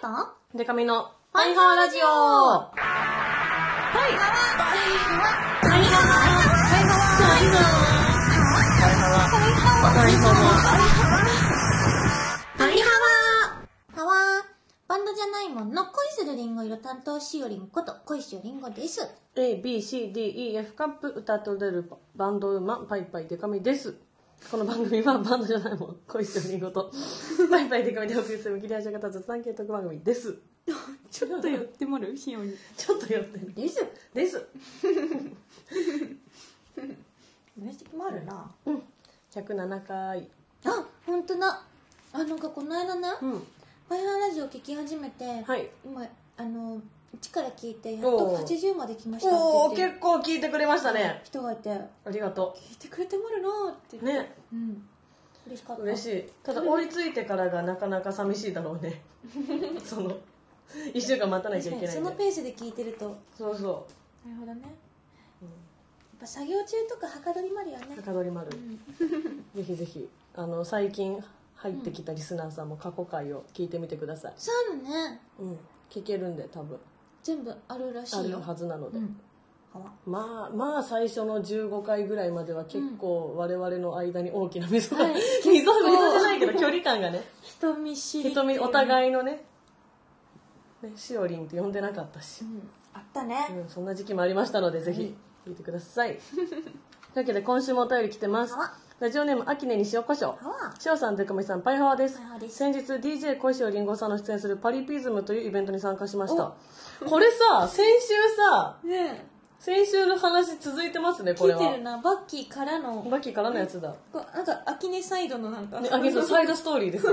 とデカミのパイハーラジオはパリハワハワーバンドじゃないもんの恋するリンゴ色担当しおりんこと恋しおりんごです。い ABCDEF カップ歌と出るバンドウーマンパイパイデカミですこの番組は バンドじゃないもん恋してるりご とパイパイデカミでお送りする切り離し方雑談系特番組ですちょっと寄ってもらうしおに。 ちょっと寄ってるです。です面識もあるな。うん107回あ、ほんとだ。あ、なんかこの間ね、うんファイナルラジオ聞き始めて、はい今、あの、一から聞いて、やっおとー80まで来ましたおっおて言って結構聞いてくれましたね人がいて、ありがと聞いてくれてもるなーって言っうて、ねうん。嬉しかった。嬉しい。いただ追いついてからがなかなか寂しいだろ うねその1週間待たなきゃ確かに、いけないそんでのペースで聞いてると、そうそなるほどね。やう、っぱ作業中とかはかどりまるよねうん、。高取丸、ぜひぜひあの最近入ってきたリスナーさんも過去回を聞いてみてください、そうだね。うん、聞けるんで多分全部あるらしあいるよ。はずなので、うん。はわまあまあ最初の15回ぐらいまでは結構我々の間に大きな溝が、はい溝 溝じゃないけど距離感がね人見知りっていうね。 瞳お互いのねねしおりんって呼んでなかったしう、ん。あったね。うん、そんな時期もありましたのでぜひ聞いてください、というわけで今週もお便り来てますはわラジオネーム秋音に塩コショウはわしおさんでかみさんパイハワですパイハワです先日 DJ 小石りんごさんの出演するパリピズムというイベントに参加しましたこれさ先週さね先週の話続いてますねこ聞れいはてるな。バッキーからの、バキからのやつだこうなんか、アキネサイドのなんか。ねあげそうサイドストーリ ーです、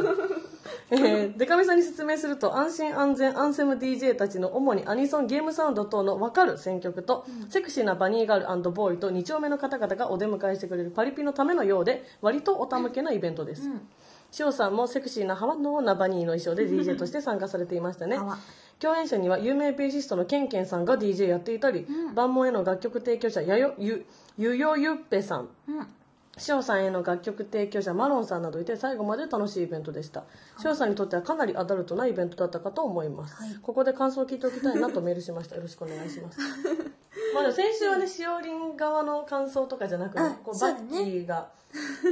えー、デカミさんに説明すると安心安全アンセム DJ たちの主にアニソンゲームサウンド等の分かる選曲と、セクシーなバニーガールボーイと2丁目の方々がお出迎えしてくれるパリピのためのようで割とオタ向けなイベントです、しおさんもセクシーなハワのナバニーの衣装で DJ として参加されていました ねハワ共演者には有名ベーシストのケンケンさんが DJ やっていたり、万門への楽曲提供者やよゆゆよゆっぺさんうん。翔さんへの楽曲提供者マロンさんなどいて最後まで楽しいイベントでした翔さんにとってはかなりアダルトなイベントだったかと思います、はいここで感想を聞いておきたいなとメールしましたよろしくお願いしま すまあでも先週はねしおりん側の感想とかじゃなくて、あこうそバうだッねキーが、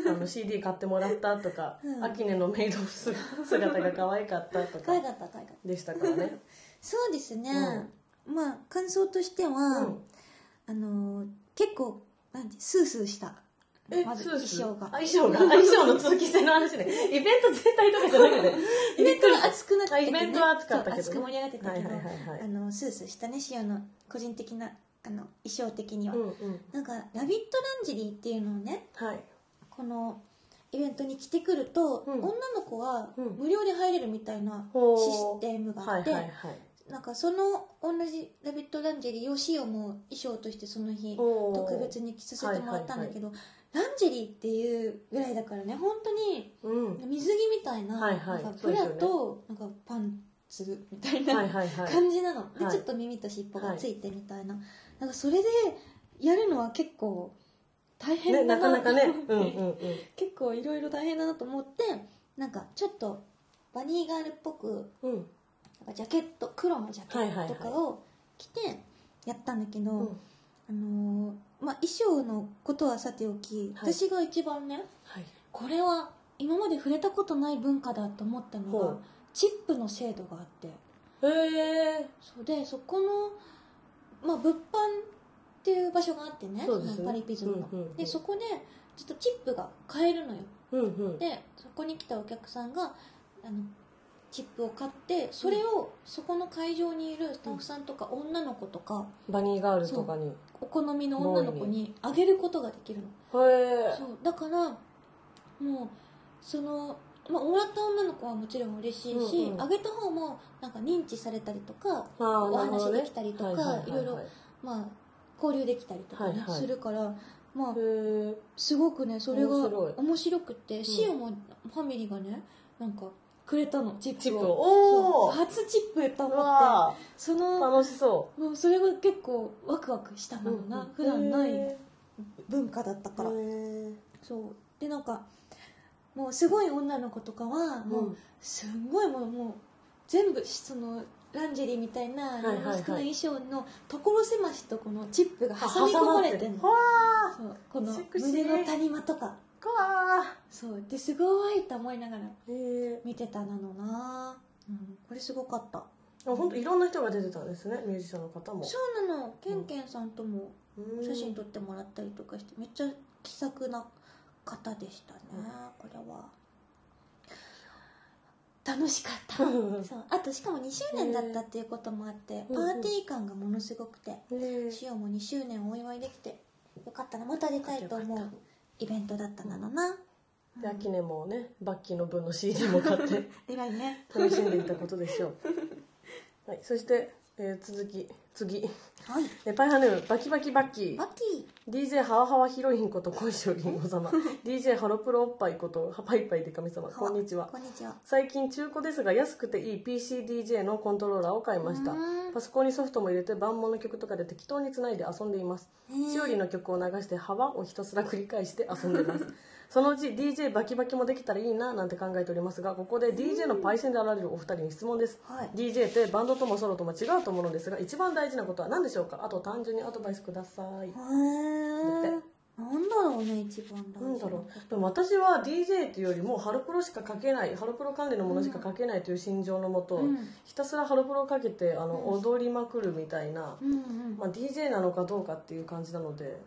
あの CD 買ってもらったとか、うんアキネのメイド姿が可愛かったと可愛かかった、可愛かった。でしたからねそうですね。まあ、感想としては、うんあのー結構、なんて、スースーした。え、まずスース衣装があ衣装があ衣装の通気性の話ねイベント全体とかじゃなくて イベントは熱くなってて、ね、イベントは熱かったけどねそう熱く盛り上がってたけど、はいはいはいはいあのスースーしたね塩の個人的なあの衣装的には、うんうんなんか「ラビットランジェリー」っていうのをねはいこのイベントに着てくると、うん女の子はうん無料で入れるみたいなほうシステムがはあっいはて、いはいなんかその同じ「ラビットランジェリー」を塩も衣装としてその日おー特別に着させてもらったんだけど、ランジェリーっていうぐらいだからね本当にうん水着みたいな,、はいはいなんかそうブですよラねとなんかパンツみたいなはいはいはい感じなの、ではいちょっと耳と尻尾がついてみたいな,、なんかそれでやるのは結構大変ねだなかなか ねうんうんうん結構いろいろ大変だなと思ってなんかちょっとバニーガールっぽくうんなんかジャケット黒のジャケはいはいはッいトとかを着てやったんだけど、うんあのーまあ、衣装のことはさておき、はい私が一番ねはいこれは今まで触れたことない文化だと思ったのほがうチップの制度があってへえそうでそこの、まあ、物販っていう場所があってねそうですねのパリピズムの、うんうんうんでそこでちょっとチップが買えるのようんうんでそこに来たお客さんがあのチップを買ってそれをそこの会場にいるスタッフさんとか女の子とかバニーガールズとかにへお好みの女の子にあげることができるのえそうだからもうその、まあ、もらった女の子はもちろん嬉しいし、うんうんあげた方もなんか認知されたりとか、あーおなるほ話どでねきたりとか、はいはいはろいろはまあ、交流できたりとか、ねはいはいするから、まあ、へえすごくねそれが面白い面白くてシオもファミリーがねなんかくれたのチップをチップをおおそう初チップやったうのっわてそーの楽しそもうそれが結構ワクワクしたうのな、うん普段なへいえ文化だったから、へそうでなんかもうすごい女の子とかはえもううすんごいもうもう全部そのランジェリーみたいなはいはいはい色の少ない衣装の所狭しとこのチップが挟み込まれてるのわそうこのセクシー胸の谷間とかーかわそうですごいと思いながらーえ見てたなのな、うん、これすごかったー、本当いろんな人が出てたんですねミュージシャンの方もそうなのケンケンさんともうん写真撮ってもらったりとかしてめっちゃ気さくな方でしたねこれは楽しかったそうあとしかも2周年だったっていうこともあってパうんうんーティー感がものすごくてねえシオも2周年お祝いできてよかったなまた出たいと思ようかったよイベントだったなのなで秋音もねバッキーの分の CD も買って偉いね楽しんでいたことでしょ うはいそして、えー続き次はいえパイハネームバキバキバッキーバッキ DJ ハワハワヒロインこと小石りんご 様 DJ ハロプロおっぱいことハパイパイでかみ様ー こんにちはこんにちは最近中古ですが安くていい PCDJ のコントローラーを買いましたうんパソコンにソフトも入れて万能の曲とかで適当につないで遊んでいますへーしおりの曲を流して「ハワ」をひたすら繰り返して遊んで いますそのうち DJ バキバキもできたらいいななんて考えておりますがここで DJ のパイセンであられるお二人に質問です、はい DJ ってバンドともソロとも違うと思うのですが一番大事なことは何でしょうかあと単純にアドバイスくださいへーなんだろうね一番大事なんだろうでも私は DJ っていうよりもハロプロしか書けないハロプロ関連のものしか書けないという心情のもと、うんひたすらハロプロをかけてあの、踊りまくるみたいな、うんうんまあ、DJ なのかどうかっていう感じなので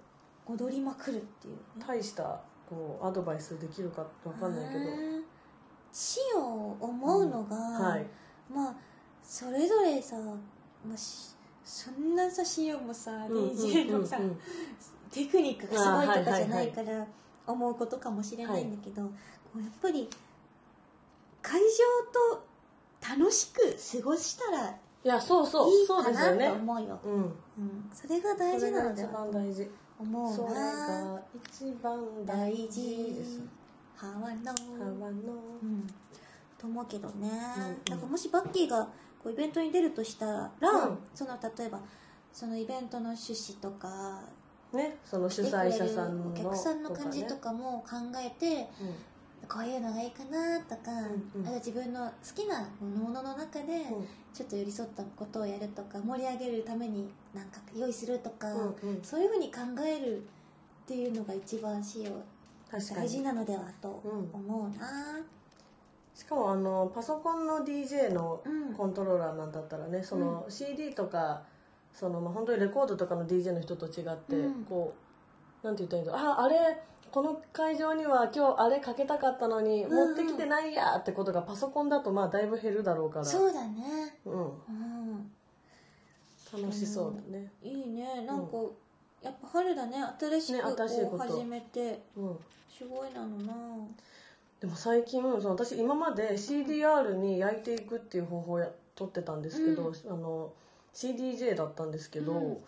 踊りまくるっていうね大したこうアドバイスできるかわかんないけどへ、ー死を思うのが、はい、まあそれぞれさ、まあ、しそんなさ死をもさ DJ のさ、うんうんうんテクニックがすごいとかじゃないあーから思うことかもしれないんだけど、こうやっぱり会場と楽しく過ごしたらいいやそうそういそうかですよなねと思うようんうん、それが大事それながので一は番大事思そうれなが一番大事ですハワのハワのうんと思うけどね、うんうんなんかもしバッキーがこうイベントに出るとしたら、うんその例えばそのイベントの趣旨とかねその主催者さんの来てくれるお客さんの感じねとかも考えて、うんこういうのがいいかなとか、うんうんあと自分の好きなものの中でちょっと寄り添ったことをやるとか盛り上げるためになんか用意するとか、うんうんそういうふうに考えるっていうのが一番仕様確か大事になのではと思うな、しかもあのパソコンの DJ のうんコントローラーなんだったらねその CD とかそのまあ本当にレコードとかの DJ の人と違ってうんこうなんて言ったらいいんだろうああれこの会場には今日あれかけたかったのにんうん持ってきてないやってことがパソコンだとまあだいぶ減るだろうからそうだねううんん楽しそうだねいいねなんか、やっぱ春だね新しねくこ新しいこうと始めてうんすごいなのなでも最近その私今まで CDR に焼いていくっていう方法をや取ってたんですけど、うんあの CDJ だったんですけど、うん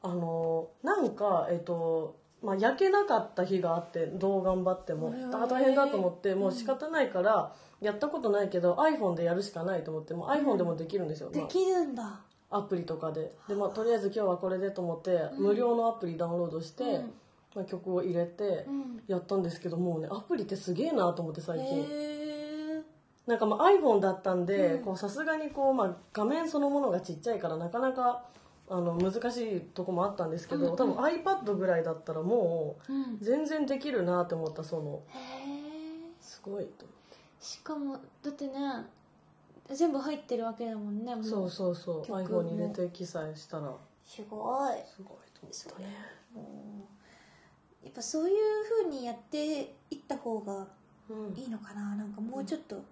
あのなんかえっとまあ、焼けなかった日があってどう頑張ってもへーあ大変だと思ってもう仕方ないからやったことないけど、iPhone でやるしかないと思ってもう iPhone でもできるんですよ、でまあきるんだアプリとかでで、まあ、とりあえず今日はこれでと思って、無料のアプリダウンロードして、うんまあ、曲を入れてうんやったんですけどもうねアプリってすげえなと思って最へ近。えなんかまあ iPhone だったんでうんこうさすがにこう、まあ、画面そのものがちっちゃいからなかなかあの難しいとこもあったんですけど、うんうん多分 iPad ぐらいだったらもうんう全然できるなって思ったそのへえすごいとしかもだってね全部入ってるわけだもんねもそうそうそう曲も iPhone に入れて記載したらすごいすごいと思そっうたねもうやっぱそういう風にやっていった方がうんいいのかななんかもうちょっと、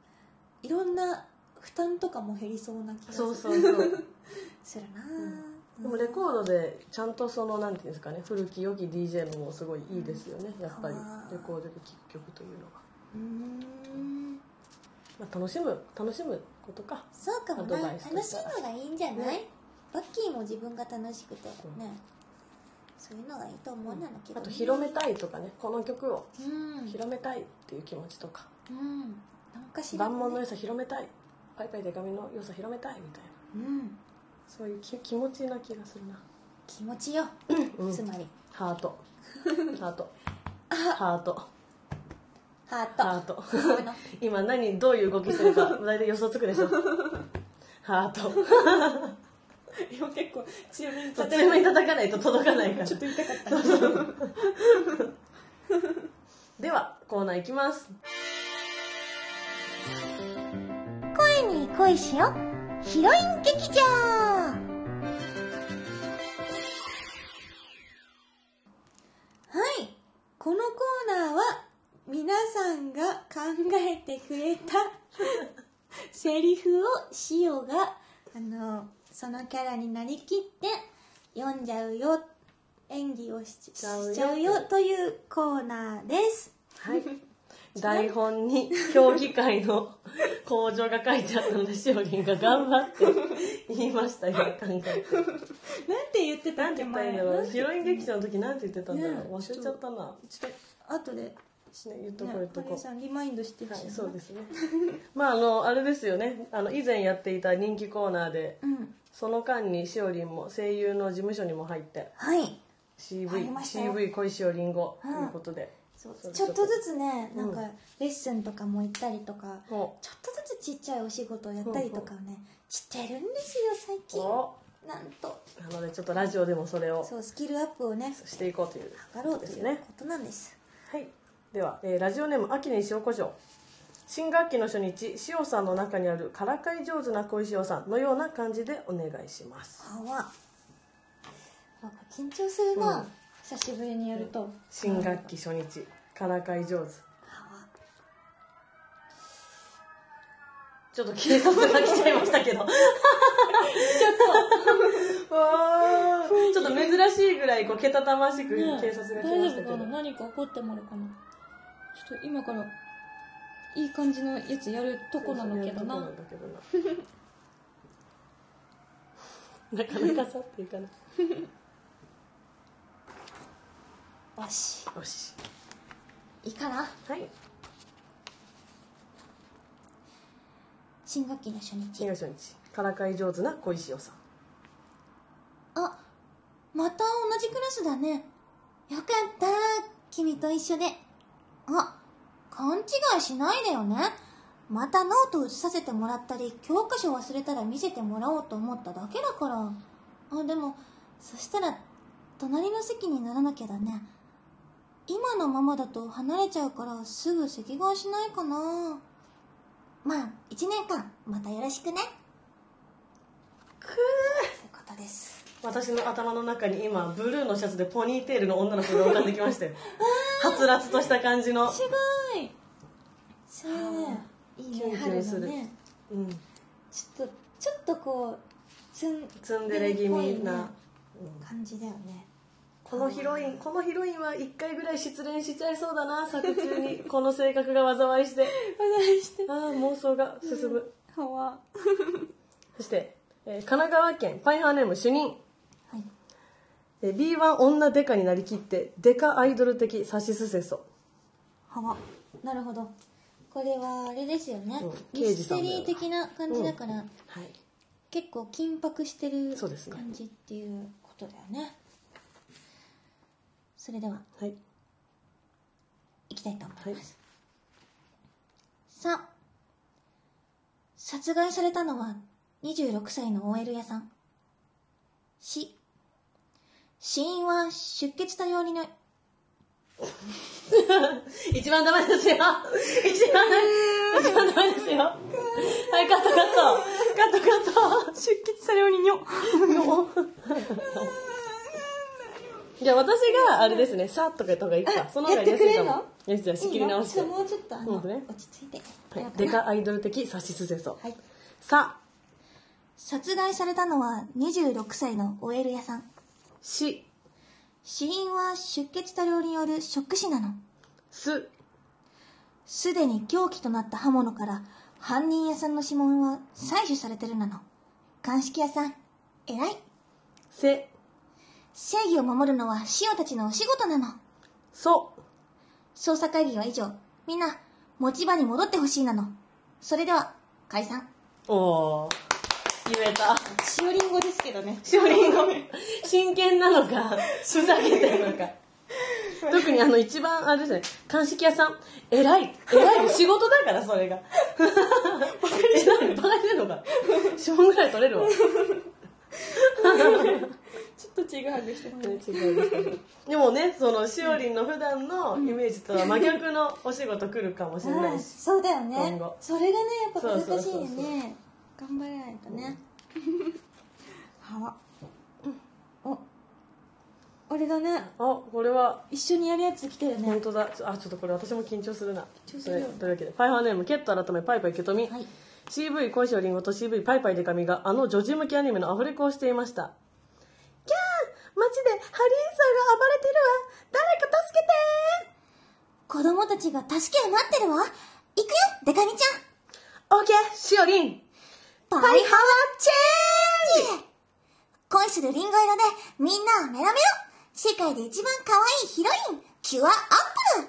いろんな負担とかも減りそうな気がすそうるそうそう するな、うんでもレコードでちゃんとそのなんていうんですかね古き良き DJ のもすごいいいですよねやっぱりあーレコードで聴く曲というのは、うーんまあ、楽しむ楽しむことかそうかもアなドバ楽イしスいとしたらのがいいんじゃない、ねバッキーも自分が楽しくてね、うんそういうのがいいと思うなのけどね、あと広めたいとかねこの曲をうん広めたいっていう気持ちとかうんなんかしらね万能の良さ広めたいパイパイデカミの良さ広めたいみたいなうんそういうき気持ちな気がするな、気持ちよ、つまりハー トハートハートハートハートそういうの 今何どういう動きしてるか大体予想つくでしょハー ト今結構強めにと叩強めに叩かないと届かないからちょっと痛かった ではコーナーいきます声に恋しよヒロイン劇場はいこのコーナーは皆さんが考えてくれたセリフをしおがあのそのキャラになりきって読んじゃうよ演技をししちゃうよちゃうよというコーナーです はい台本に評議会の工場が書いてあったのでしおりんが頑張って 言いました今考えてなんて言ってたなんんてだ言ったらいいんだろうヒロイン劇場の時なんて言ってたんだろうね忘れちゃったなちょっと後でね言っとこう言っとねハリこーうさんリマインドしてほはしいいなそうですね まああのあれですよねあの以前やっていた人気コーナーでうんその間にしおりんも声優の事務所にも入ってはい入り CV ましたよ CV 恋しおりんごとうんいうことで、そうちょっとずつねうなんんかレッスンとかも行ったりとか、もちょっとずつちっちゃいお仕事をやったりとかをねしてるんですよ最う近おなんとなのでちょっとラジオでもそれをそうスキルアップをねしていこうという図ろうこととですいうねことなんですはいでは、えーラジオネーム秋に塩コショウ新学期の初日塩さんの中にあるからかい上手な小石塩さんのような感じでお願いしますあわなんか緊張するな、うん久しぶりにやると新学期初日からかい上手あちょっと警察が来ちゃいましたけどちょっと わーちょっと珍しいぐらいこうけたたましくね警察が来ましたけど、何か起こってもあるかなちょっと今からいい感じのやつやるとこなんだけどそうなそうやるとこ なんだけどななかなか去っていかないわよしよしいいかなはい新学期の初日東初日からかい上手な小石尾さんあまた同じクラスだねよかった君と一緒であ勘違いしないでよねまたノート写させてもらったり教科書忘れたら見せてもらおうと思っただけだからあでもそしたら隣の席にならなきゃだね今のままだと離れちゃうからすぐ席替えしないかなまあ1年間またよろしくねくということです私の頭の中に今ブルーのシャツでポニーテールの女の子が浮かんできま したよはつらつとした感じのすごいそういいキュねンキュン春すのるねうんちょっとちょっとこうツンツンデレ気味な、うん感じだよね このヒロインこのヒロインは1回ぐらい失恋しちゃいそうだな作中 にこの性格が災いして話してああ妄想が進む、はわそして、えー神奈川県パイハーネーム主任はいえー B1 女デカになりきってデカアイドル的サシスセソはわなるほどこれはあれですよね、うんミ刑ス事さんテだよリー的な感じだから、はい結構緊迫してるそうですね感じっていうことだよねそれでははいいきたいと思います、はいさ殺害されたのは26歳の OL 屋さん死死因は出血多量にない一番ダメ ですよ一番ダメ一番ダメですよはいカットカットカットカット出血されように にょじゃあ私があれですね「さ」とか言った方がいいかその方がやりやすいかもやってよしじゃあ仕切り直していいのちょっともうちょっとあの、本当ね落ち着いてはいデカアイドル的サシスセソはい「さ」殺害されたのは26歳の OL 屋さん「し」死因は出血多量によるショック死なの「す」すでに凶器となった刃物から犯人屋さんの指紋は採取されてるなの鑑識屋さん偉い「せ」正義を守るのは塩たちのお仕事なの「そ捜査会議は以上みんな持ち場に戻ってほしいなのそれでは解散」おー言えた塩りんごですけどねしおりんご 真剣なの かふざけてるのか特にあの一番あれですね鑑識屋さん偉い偉い仕事だからそれがえ、なんでバカにしてんのか。指紋ぐらい取れるわ。ちょっとちぐはぐしてもらえでもね、そのしおりんの普段のイメージとは真逆のお仕事来るかもしれなういんし。そうだよね今後それがねやっぱ難しいよそうそうそうそね頑張らないとね はおあれだねあ、これは一緒にやるやつ来てるね本当だちょあちょっとこれ私も緊張するな緊張するよというというわけでパイハーネームケット改めパイパイけとみ、はい CV 恋しおりんごと CV パイパイでかみがあの女児向けアニメのアフレコをしていましたキャー街でハリーさんが暴れてるわ誰か助けて子供たちが助けを待ってるわ行くよデカミちゃんオーケーしおりんパイハワチェンジ恋するリンゴ色でみんなをメロメロ世界で一番可愛いヒロインキュアアップル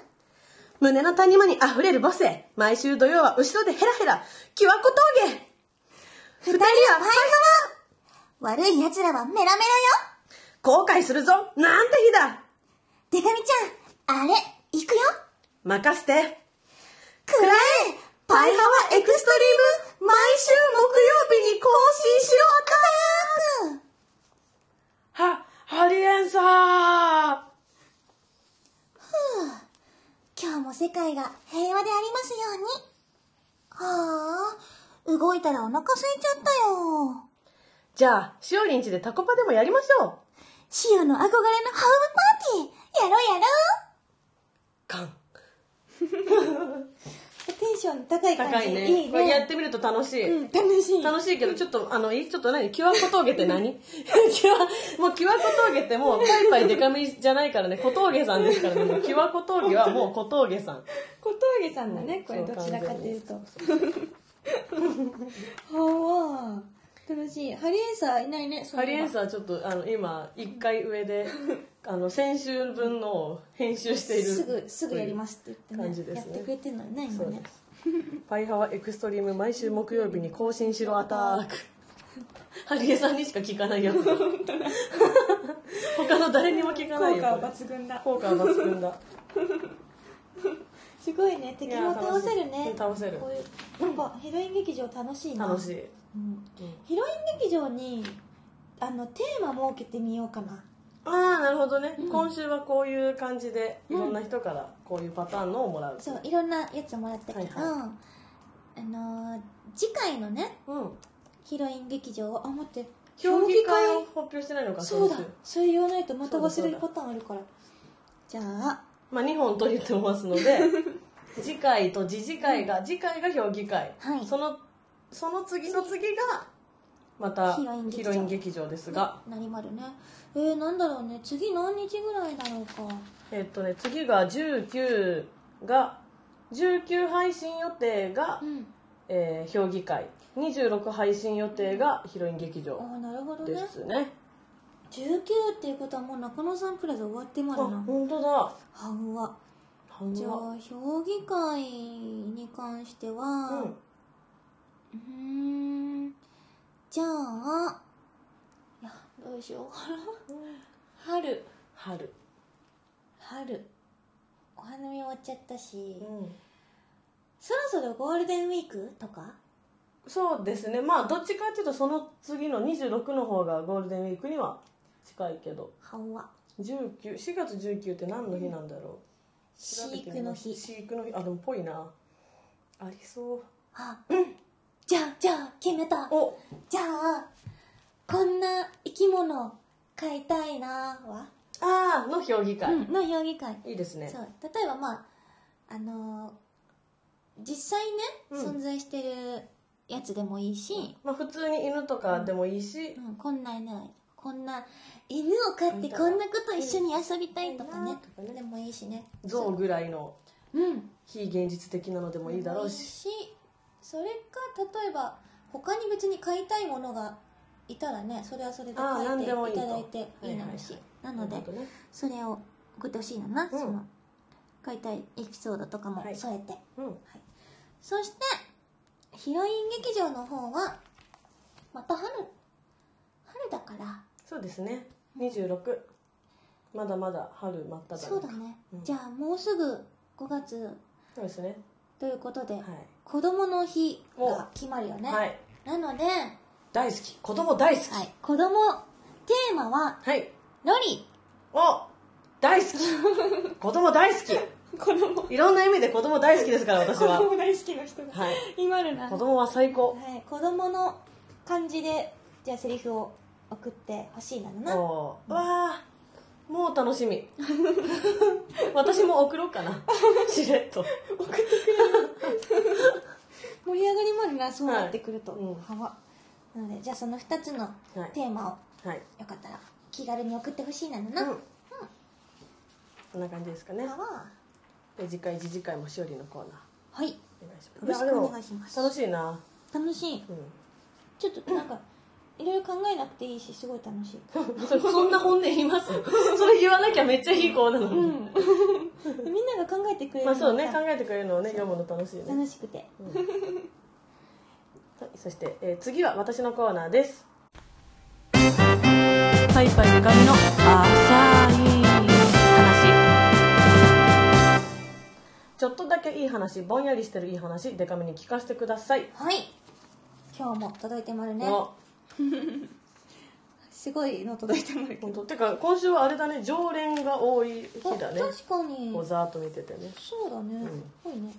胸の谷間にあふれる母性毎週土曜は後ろでヘラヘラキュアコ峠二人はパイハワ悪い奴らはメラメラよ後悔するぞなんて日だデカミちゃんあれ行くよ任せてくらえパイハワエクストリーム毎週木曜日に更新しようかなはハリエンサー今日も世界が平和でありますように。はあ、動いたらお腹空いちゃったよ。じゃあ、しおりんちでタコパでもやりましょう。シオの憧れのホームパーティーやろうやろうカン。テンション高い感じ。高いね。いいこれやねっ。てみると楽しい。うん、楽しい。楽しいけど、ちょっと、あの、いちょっと何キュア小峠って何 キュア、もうキュア小峠ってもう、パイパイデカミじゃないからね、小峠さんですから ね、もうキュア小峠はもう小峠さん。小峠さんだねこれどちらかというとはあ楽しいハリエンサーいないねハリエンササーちょっと、あの、今、一回上で、あの、先週分のを編集している。すぐ、すぐやりますって言感ってじね。ですねやってくれてるのにね、今そうねで。す。パイハワエクストリーム毎週木曜日に更新しろアタック。ハリエさんにしか聞かないやつ。他の誰にも聞かない効よ果。はこれ抜群だ効果は抜 群だ。すごいね、敵も倒せるいねや。倒せるこういう、やっぱヒロイン劇場楽しいな。楽しい。うんヒロイン劇場に、あの、テーマ設けてみようかな。ああ、なるほどね、今週はこういう感じで、いろんな人からこういうパターンのをもらう。そういろんなやつもらったけど、はいはいあのー次回のねうん。ヒロイン劇場をあ待って競技会を競発表してないのか、そうだ今週それ言わないとまた忘そうれだるそパうターンあるからじゃあまあ、2本と言ってますの で次回と次次回が、次回が評議会、はいそのその次の次がまたヒロイン劇場ヒロイン劇場ですが、なりまるねえー、なんだろうね次何日ぐらいだろうかえっとね次が19が19配信予定が、うんえー評議会26配信予定がヒロイン劇あ場あなるほどでねすね19っていうことはもう中野サンプラザ終わってまあるな本当だはうわほんじゃとあ評議会に関してだはうんうーんじゃあいやどうしようかな春春、春お花見終わっちゃったしうんそろそろゴールデンウィークとかそうですねまあどっちかっていうとその次の26の方がゴールデンウィークには近いけどはんわ19 4月19って何の日なんだろう調べ飼て育みのます日飼育の日あでもぽいなありそうあうんじゃあじゃあ決めたおじゃあこんな生き物飼いたいなーは、あーの評議会、うんの評議会いいですねそう例えばまああのー実際ね、うん存在してるやつでもいいし、まあ普通に犬とかでもいいし、うん、こんな犬こんな犬を飼ってこんなこと一緒に遊びたいとかねうんでもいいしね象ぐらいのうん非現実的なのでもいいだろうしでもいいしそれか例えば他に別に飼いたいものがいたらねそれはそれでああ飼何でもっいいていとただいていいなのし、はいなのでなるほどねそれを送ってほしいのな、んその飼いたいエピソードとかもはい添えて、うんそしてヒロイン劇場の方はまた春春だからそうですね26まだまだ春真っ只中そうだね、うんじゃあもうすぐ5月そうですねということで、い子供の日が決まるよね、はい、なので、はい、大好き子供大好き子供テーマははい、ロリお大好 き子供大好き子供いろんな意味で子供大好きですから私子は供大好きな人が はい今るな子供は最高はい、子供の感じでじゃあセリフを送ってほしいなのなはおーわーもう楽 しみ私も送ろうかなしれっと盛り上がりまでなそうなってくると、はいうん幅なのでじゃあその2つのはいテーマをはい、よかったら気軽に送ってほしいなのうな、ん、こんな感じですかね幅はで次回次次回もしおりのコーナはーいよお願いしろますしやでくおも願いします楽しいな、楽しいうん、ちょっとなんかいろいろ考えなくていいしすごい楽 しいそれそんな本音言い ますそれ言わなきゃめっちゃいいコーナーなのに、みんなが考えてくれるまあのそうねが考えてくれるのをね読むの楽しいね楽しくてはい、そして、えー次は私のコーナーです。パイパイで髪の浅い話。ちょっとだけいい話、ぼんやりしてるいい話、デカめに聞かせてください。はい今日も届いてまるねあすごいの届いてまるけど本当。てか、今週はあれだね、常連が多い日あだね。確かにこうざーっと見ててね。そうだね、ん多いね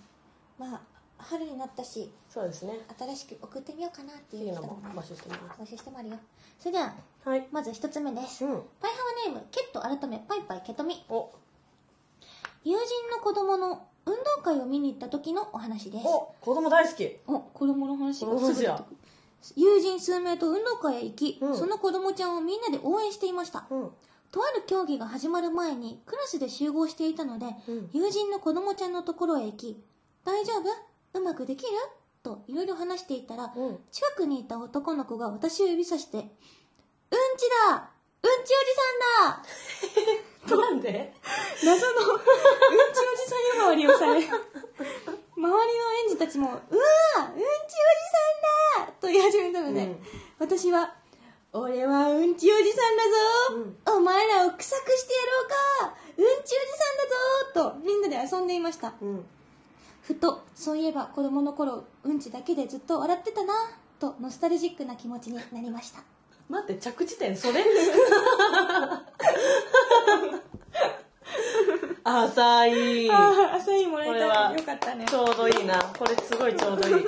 まあ春になったしそうですね。新しく送ってみようかなっていいいうの人もも募集してます。募集してもあるよそれでははい。まず一つ目です、うん。パイハワネームケット改めパイパイケトミお、友人の子供の運動会を見に行った時のお話ですお、子供大好き。お子供の話子供大好きや。友人数名と運動会へ行き、うんその子供ちゃんをみんなで応援していました、うん。とある競技が始まる前にクラスで集合していたので、うん友人の子供ちゃんのところへ行き「大丈夫うまくできる?」といろいろ話していたら、うん近くにいた男の子が私を指さして「うんちだうんちおじさんだ! なんで謎のうんちおじさん呼ばわりをされ周りの園児たちもうわーうんちおじさんだ!」と言い始めたので、うん私は「俺はうんちおじさんだぞ、お前らを臭くしてやろうかうんちおじさんだぞ!」とみんなで遊んでいましたうん。ふとそういえば子供の頃うんちだけでずっと笑ってたなとノスタルジックな気持ちになりました待って、着地点それ 浅い。ああ朝日もらこれえたはよかったねちょうどいいな。これすごいちょうどいい。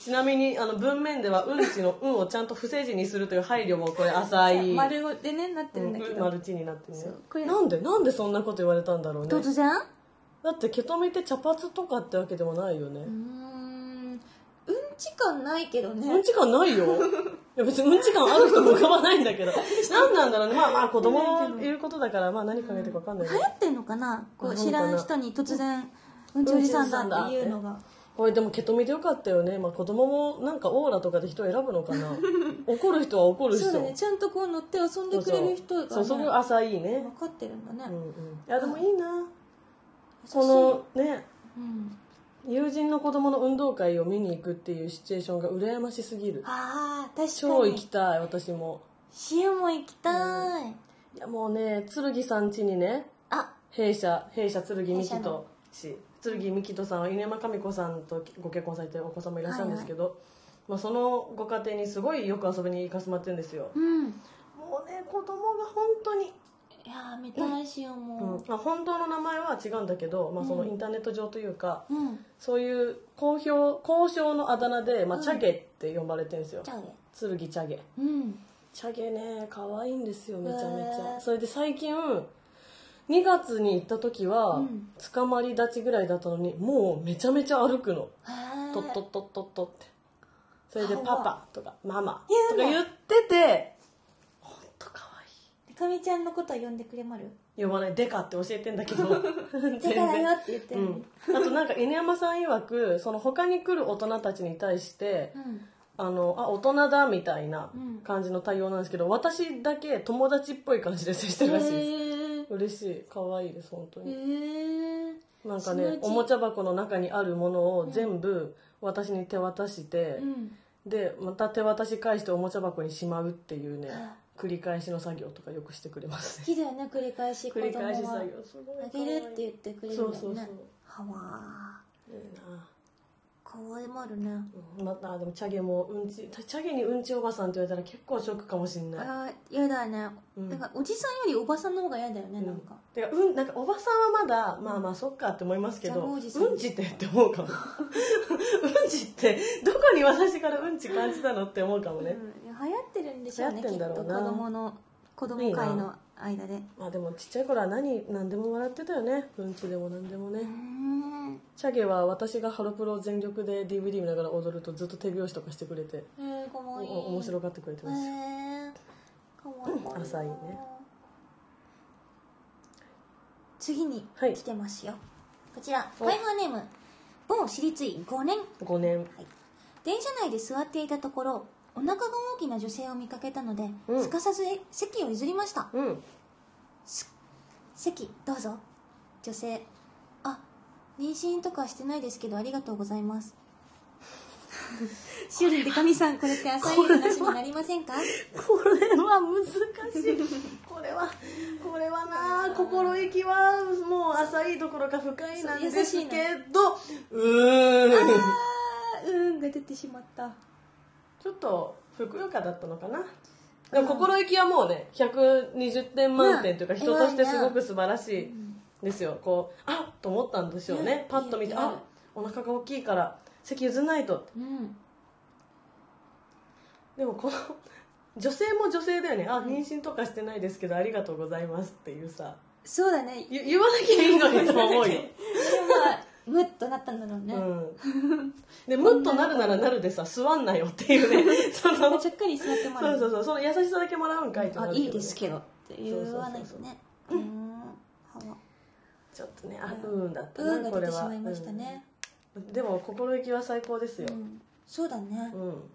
ちなみに、あの、文面では、うんちのうんをちゃんと不正字にするという配慮も、これ浅い。丸語でねなってうるんんだけど、マルチになってるねそうこれなんでなんでそんなこと言われたんだろうね突然うだってケトミって茶髪とかってわけでもないよね、ーんうんち感ないけどうん、ねち感ないよいや別にうんち感ある人も浮かばないんだけど何なんだろうねまあまあ子供いることだからまあ何考えてるか分かんな流いけ行どってんのかなこううん知らん人に突然うんちおじさんだっていうのがこれでもケトミでよかったよね、まあ、子供もなんかオーラとかで人選ぶの かな怒る人は怒る人そうだねちゃんとこう乗って遊んでくれる人が、ね、そうそうそうそこ浅いいね分かってるんだうねんうんいやでもいいな優しいこのねうん友人の子供の運動会を見に行くっていうシチュエーションが羨ましすぎるあー超確か行きにたい私も支援も行きたいいやもうね剣さん家にねあ弊社弊社剣美弊希社のとし剣美希とさんは犬山神子さんとご結婚されてるお子さんもいらっしゃるんですけど、まあ、そのご家庭にすごいよく遊びに行かせてもらってるんですよ、うんもうね子供が本当に、いやー見たいしよもまあ、本当の名前は違うんだけど、まあ、そのインターネット上というか、ううんそういう公表公称のあだ名で、まあ、チャゲって呼ばれてるんですよじ、ゃあ剣チャゲうんチャゲね可愛いんですよめちゃめちへゃーそれで最近2月に行った時は、うん捕まり立ちぐらいだったのにもうめちゃめちゃ歩くのへートットットットットってそれで「かわいいパパ」とか「ママ」言うとのか言っててほんと可でかみちゃんのことは呼んでくれまる愛い呼ばない「デカ」って教えてんだけど 全だからよって言ってうるん、あとなんか犬山さん曰くその他に来る大人たちに対して、うんあのあ大人だみたいなうん感じの対応なんですけど、私だけ友達っぽい感じで接してるらしいです、へ嬉しい可愛いです本当えへに、えなんかそのねうちおもちゃ箱の中にあるものを全部私に手渡してう、んでまた手渡し返しておもちゃ箱にしまうっていうねあ繰り返しの作業とかよくしてくれます好ねきだよね繰り返 し子繰り供返しは作業すごいあげるって言ってくれるんだよねそうそうそうはわいいな可愛まるねまたでもチャゲもうんちチャゲにうんちおばさんって言われたら結構ショックかもしんないあー嫌だね、うんなんかおじさんよりおばさんの方が嫌だよね、うんなんかてかうんなんかおばさんはまだまあまあそっかって思いますけど、ジャムうおんじさんちってって思うかも うんちってどこに私からうんち感じたのって思うかもね、うん、流行ってるんでしょうね流行ってんきだっろとう子な供の子供会の間でまあでもちっちゃい頃は何何でも笑ってたよねうんちでも何でもね、うーんチャゲは私がハロプロを全力で DVD 見ながら踊るとずっと手拍子とかしてくれてえー、かおわいいお面白がってくれてえました、ー、かわいいな浅いね次にはい来てますよ、こちらおファイマーネーム某私立医5年5年電車内で座っていたところお腹が大きな女性を見かけたので、うんすかさず席を譲りましたうん席どうぞ女性あ妊娠とかしてないですけどありがとうございます しおりんでかみさんこれって浅い話になりませんかこれは難しいこれはこれはなあ心意気はもう浅いどころか深いなんですけどうーんあーうんが出てしまったちょっとふくよかだったのかなでも心意気はもうね120点満点というかうん人としてすごく素晴らしいですよこうあっと思ったんでしょうねうんパッと見てうんあお腹が大きいから席譲んないとうんでもこの女性も女性だよねあ妊娠とかしてないですけどありがとうございますっていうさそうだねゆ言わなきゃいいのにとも 思うよ、でもまあムッとなったんだろうね、うん、でムッとなるならなるでさ座んなよっていう ねそのちゃっかり座ってもらそうそうそうその優しさだけもらうんかいとあなるけどいいですけどって言わないとねうーんはわちょっとねあうんだったな、うんがこ出れてしはまいましたね、うんでも心意気は最高ですよう、んそうだねうん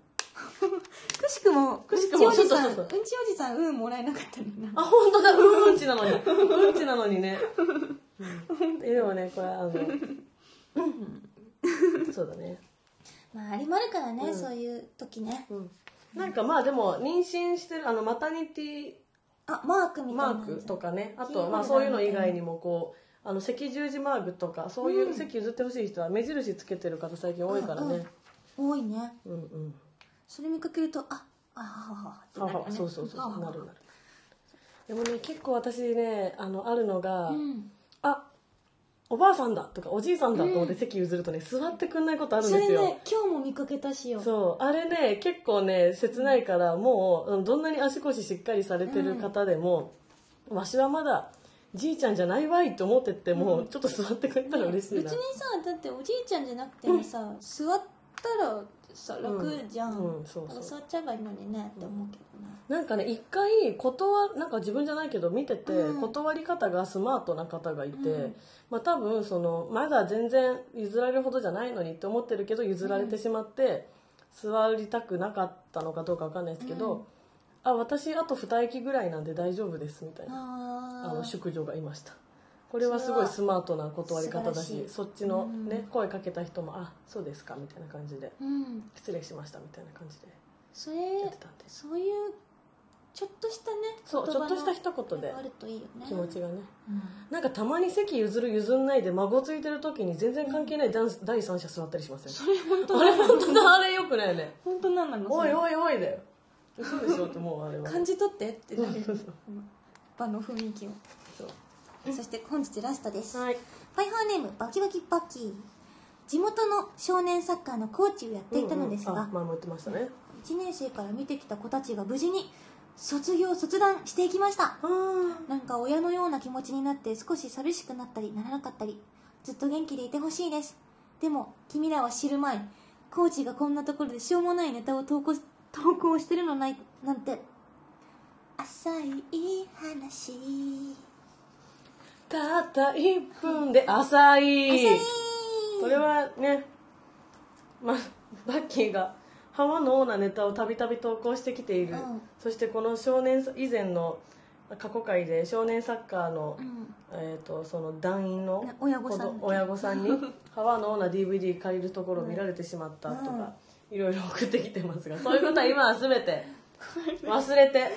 くしくもくしくもうんちおじさんそううちんそうそおじさんうんもらえなかったんだなあ本当だうんうんちなのにうんちなのにね、うん、えでもねこれあのそうだねまあありまるからね、うんそういう時ねうんなんかまあでも妊娠してるあのマタニティあマークみたいなマやつークとかねあ黄色いとまあそういうの以外にもこうあの赤十字マークとかそういう席譲ってほしい人は目印つけてる方最近多いからね多いねうんうんそれ見かけるとああははってあなるよねそうそうそうあははなるなるでもね結構私ねあのあるのが、うんあおばあさんだとかおじいさんだと思って席譲るとね座ってくんないことあるんそでれすよね今日も見かけたしよそうあれね結構ね切ないからもううんどんなに足腰しっかりされてる方でも、わしはまだじいちゃんじゃないわいと思ってても、ちょっと座ってくれたら嬉しいな、別にさだっておじいちゃんじゃなくてもさ、座ったらさ楽じゃん、うんうんそうそうだから座っちゃえばいいのにねって思うけどね、なんかね一回断なんか自分じゃないけど見てて、うん断り方がスマートな方がいて、うんまあ多分そのまだ全然譲られるほどじゃないのにって思ってるけど譲られてしまって、座りたくなかったのかどうかわかんないですけど、うんあ私あと2駅ぐらいなんで大丈夫ですみたいなああーの淑女がいましたこれはすごいスマートな断り方素だ晴らししいそっちの、ねうん声かけた人も「あそうですか」みたいな感じでうん「失礼しました」みたいな感じでそれやってたんでそういうちょっとしたねそう言ち葉のょっとした一言であるといいよね気持ちがねうんなんかたまに席譲る譲んないで孫ついてる時に全然関係ない男子第三者座ったりしませんそれ本当だあれ本当だあれよくないよね本当なんなのそおれいおいおいだよ嘘でしょってもうあれは感じ取ってってなるそうそう場の雰囲気をそうそして本日ラストです、はいファイハーネームバキバキバキ地元の少年サッカーのコーチをやっていたのですが、うんうんあ前も言ってましたね1年生から見てきた子たちが無事に卒業卒団していきましたあーなんか親のような気持ちになって少し寂しくなったりならなかったりずっと元気でいてほしいですでも君らは知るまいコーチがこんなところでしょうもないネタを投稿投稿してるのないなんて浅い話たった1分で浅い浅いそれはね、まあ、バッキーが浜のオーナーネタをたびたび投稿してきている、うんそしてこの少年以前の過去回で少年サッカーの,、うんえー、とその団員のね親御さん子ど親 御さんに「浜のオーナー DVD 借りるところ見られてしまった」とか、いろいろ送ってきてますがそういうことは今は全 て忘れて。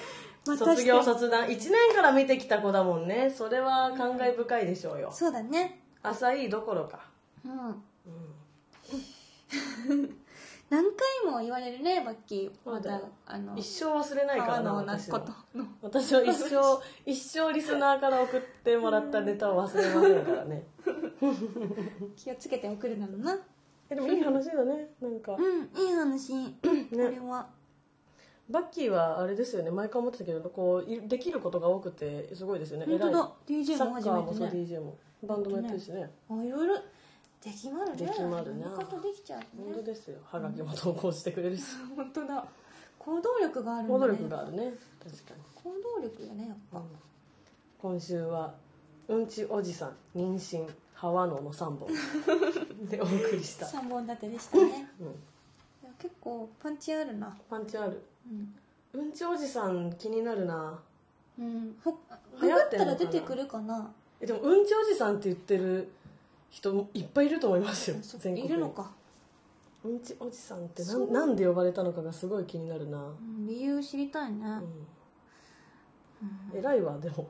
またして卒業卒団1年から見てきた子だもんねそれは感慨深いでしょうよそうだね浅いどころかうん 何回も言われるね、バッキー。そうだよあの、一生忘れないから川なのな私こはとの。私は一生 一生リスナーから送ってもらったネタを忘れませんからね気をつけて送るなのな。 えでもいい話だねなんかうん、いい話。これは。バッキーはあれですよね毎回思ってたけどこういできることが多くてすごいですよね本当だ。偉い DJ サもッカーも初そうめてね。 DJ もバンドもやってるしねあ、いろいろ、できまるね。できまるねいろんなことできちゃう本当ね。ですよはがきも投稿してくれるし本当だ。行動力があるん行だ動ね力があるね確かに行動力よね、やっぱ。今週はうんちおじさん妊娠ハワノの3本 でお送りした、三本立てでしたね。うん、いや結構パンチあるな。パンチあるうん。うんちおじさん気になるなうん、ほグ流グ行っってんたのかなら出てくるかなえでもうんちおじさんって言ってる人もいっぱいいると思いますよそっか全国にいるのか、うんちおじさんってなそうんなんで呼ばれたのかがすごい気になるなうん、理由知りたいね、うん偉いわでも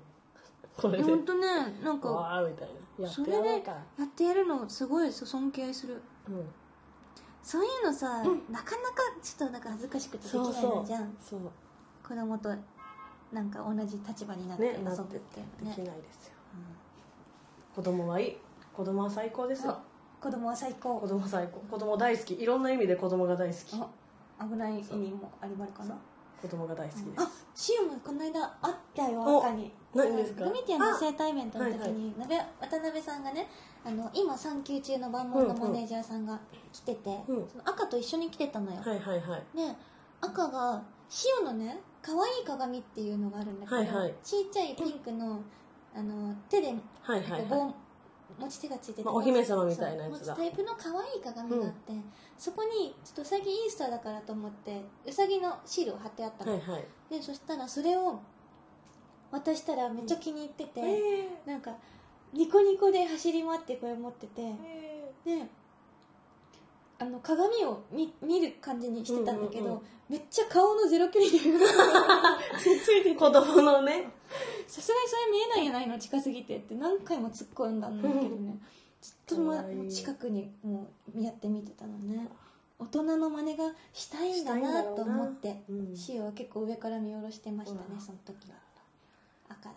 これいやでほんとねなんかわーみたいなやっそてれやでろやうかってやるのすごいそう尊敬するうんそういうのさ、なかなかちょっとなんか恥ずかしくてできないそうそのうじゃんそう子供となんか同じ立場になって遊ねぶっていうでのねきないですよ、子供はいい子供は最高ですよあ子供は最子高供最高子供大好きいろんな意味で子供が大好きあ危ない意味もありまるかな子供が大好きですあシウムこの間会ったよお赤に何ですかグミティアの生体イベントの時あはいはいに、鍋渡辺さんがねあの今産休中の万能のマネージャーさんが来てて、うんその赤と一緒に来てたのよ、はいはいはいで赤が塩のね可愛い鏡っていうのがあるんだけど、はいはいちっちゃいピンクのあの手ではいはい棒、は持ち手がついてて、まあお姫様みたいなやつそう持だつタイプの可愛い鏡があって、そこにちょっと最近インスターだからと思ってうさぎのシールを貼ってあったいの、はいはいでそしたらそれを渡したらめっちゃ気に入ってて、えなんかニコニコで走り回ってこれ持っててであの鏡を見見る感じにしてたんだけど、うんうんうんめっちゃ顔の ゼロ距離で 子供のねさすがにそれ見えないやないの近すぎてって何回も突っ込んだんだけどねずっと、まかわいい近くにもうやって見てたのね大人の真似がしたいんだしたいんだなろうとな思って、うんシオは結構上から見下ろしてましたね、うんその時は赤だから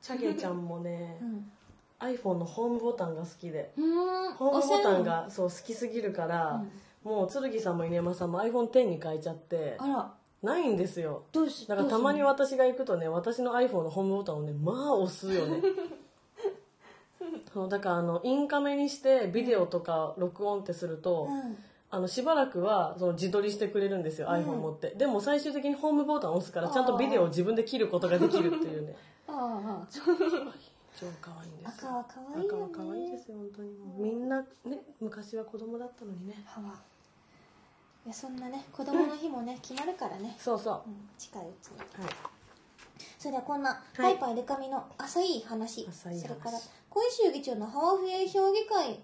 チャゲちゃんもねう、ん iPhone のホームボタンが好きでうんホームボタンおしゃれがそう好きすぎるから、もう剣さんも犬山さんも iPhone10 に変えちゃってあらないんですよどうしだからどうすたるまに私が行くとね私の iPhone のホームボタンをねまあ押すよ ねそうだからあのインカメにしてビデオとか録音ってすると、うんあのしばらくはその自撮りしてくれるんですよ、iPhone 持ってでも最終的にホームボタンを押すからちゃんとビデオを自分で切ることができるっていうねああ超可愛いんです赤よは可愛いよね赤は可愛いですよ本当にもうみんなね昔は子供だったのにね歯はいやそんなね子供の日もね決まるからね、そうそううん、近いうちにはいそれではこんな、いパイパイデカミの浅い話浅い話それから小石議長のハワフエ評議会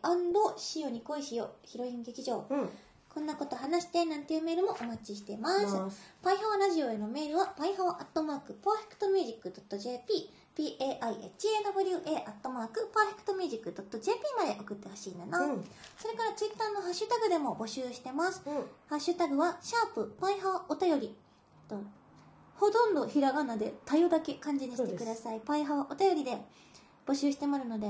塩に恋しよヒロイン劇場、うんこんなこと話してなんていうメールもお待ちしてます。ますパイハワラジオへのメールは、パイハワアットマーク、パーフェクトミュージックドット JP、PAIHAWA アットマーク、パーフェクトミュージックドット JP まで送ってほしいなな、うんそれからツイッターのハッシュタグでも募集してます。うんハッシュタグは、シャープ、パイハワお便り。とほとんどひらがなで、たよだけ漢字にしてください。パイハワお便りで募集してもらうので、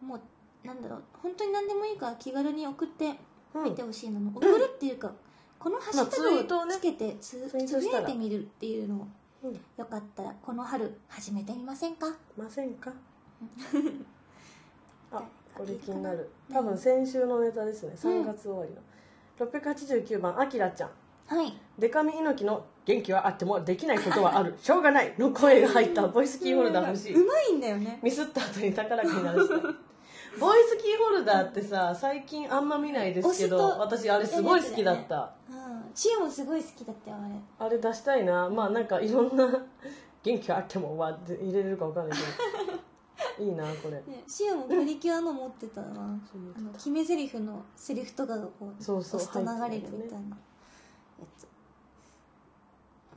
もう、なんだろう、本当に何でもいいから気軽に送ってうん見てほしいなの、送るっていうか、このハッシュまあツイタートグををねつけてつ,、ツイーつトぶしたやらいてみるっていうのを、うんよかったらこの春始めてみませんかません かあこれ気になるうん多分先週のネタですね3月終わりの、689番あきらちゃんはいデカミ猪木の「元気はあってもできないことはあるしょうがない」の声が入ったボイスキーホルダー欲しういまいんだよねミスった後に宝くじになるしね ボイスキーホルダーってさ最近あんま見ないですけど押すと私あれすごい好きだったうんシオもすごい好きだったよあれあれ出したいなまあなんかいろんな 「元気はあっても」は入れれるか分かんない けどいいなこれね、シオもプリキュアの持ってたな、そういうこあとの決め台詞のセリフとかがこうそうそ押うすと流れるみ入ってたるいなややつ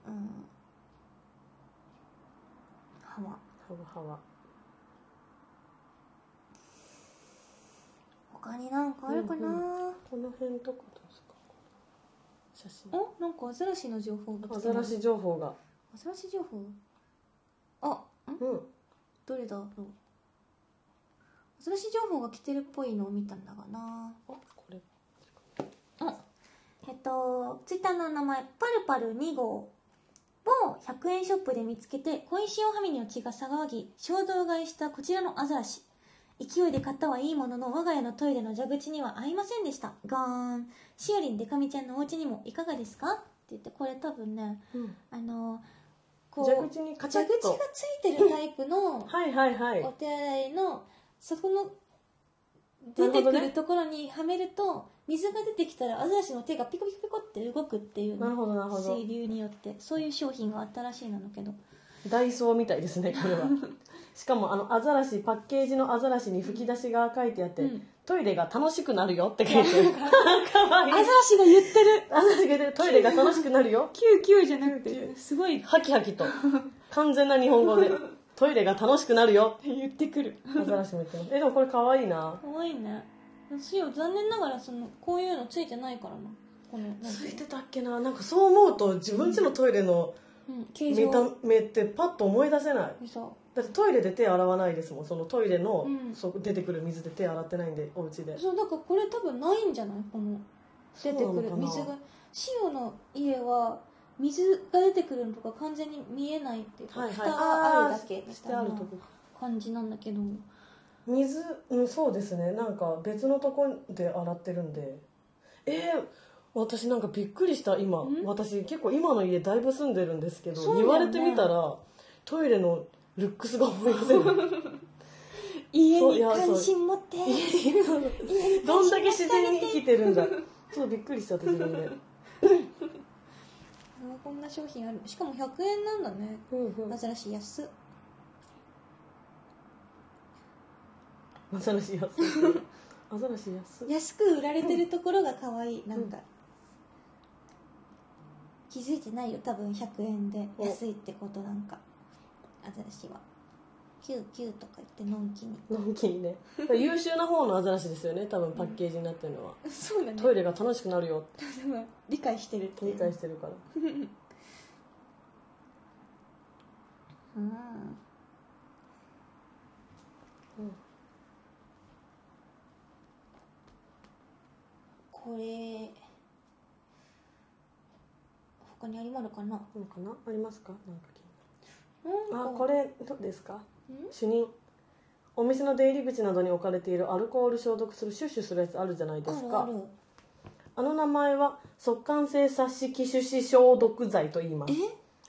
うんハワハワハワ他他になんかあるかな、うんこの辺とかどうですか写真おなんかアザラシの情報がアザラシ情報がアザラシ情報あうんどれだろうアザラシ情報が来てるっぽいのを見たんだがなあこれえっとツイッターの名前パルパル2号某100円ショップで見つけて小石おはみの血が騒ぎ衝動買いしたこちらのアザラシ勢いで買ったはいいものの我が家のトイレの蛇口には合いませんでしたガーンしおりんでかみちゃんのお家にもいかがですかって言ってこれ多分ねあのこう蛇口にカチャッ蛇口がとついてるタイプのはいはいはおい手洗いのそこのな出るてほくどるねところにはめると水が出てきたらアザラシの手がピコピコピコって動くっていうなるほどなるほど水流によってそういう商品があったらしいなのけどダイソーみたいですねこれはしかもあのアザラシパッケージのアザラシに吹き出しが書いてあって、うんトイレが楽しくなるよって書いてあるかわいアいザラシが言ってるアザラシが出てるトイレが楽しくなるよ99じゃなくてすごいハキハキと完全な日本語でトイレが楽しくなるよ言ってくるアザラシも言ってますえでもこれかわいいなかわいいね私よ残念ながらそのこういうのついてないからなこのなんてついういてたっけななんかそう思うと自分家のトイレののうん形見状た目ってパッと思い出せないそうだってトイレで手洗わないですもんそのトイレの、うんそう出てくる水で手洗ってないんでお家でそうだからこれ多分ないんじゃないこの出てそうくなのるかな水が塩の家は水が出てくるのとか完全に見えないっていうか、はいはい蓋があるだけみしたていなあるとこ感じなんだけど水、うん、そうですねなんか別のとこで洗ってるんでえー、私なんかびっくりした今ん私結構今の家だいぶ住んでるんですけど、そうだ言よわねれてみたらトイレのルックスが思い出 せない家そういにやそう関心持って どんだけ自然に生きてるんだちょっとびっくりしちゃった自分で、あ こんな商品あるしかも100円なんだねうんうん、珍しい安っアザ ラシ安いアザラシ安い安く売られてるところが可愛いなんか、気づいてないよ多分100円でお安いってことなんかアザラシはキューキューとか言ってのんきにのんきにねだから優秀な方のアザラシですよね多分パッケージになってるのは、そうだトイレが楽しくなるよって理解してるってい理う解してるからうんこれ他にありまるかななんかなありますかなんか気になあんかこれどうですか主任お店の出入り口などに置かれているアルコール消毒するシュッシュするやつあるじゃないですかあるあるあの名前は速乾性殺死手指消毒剤と言います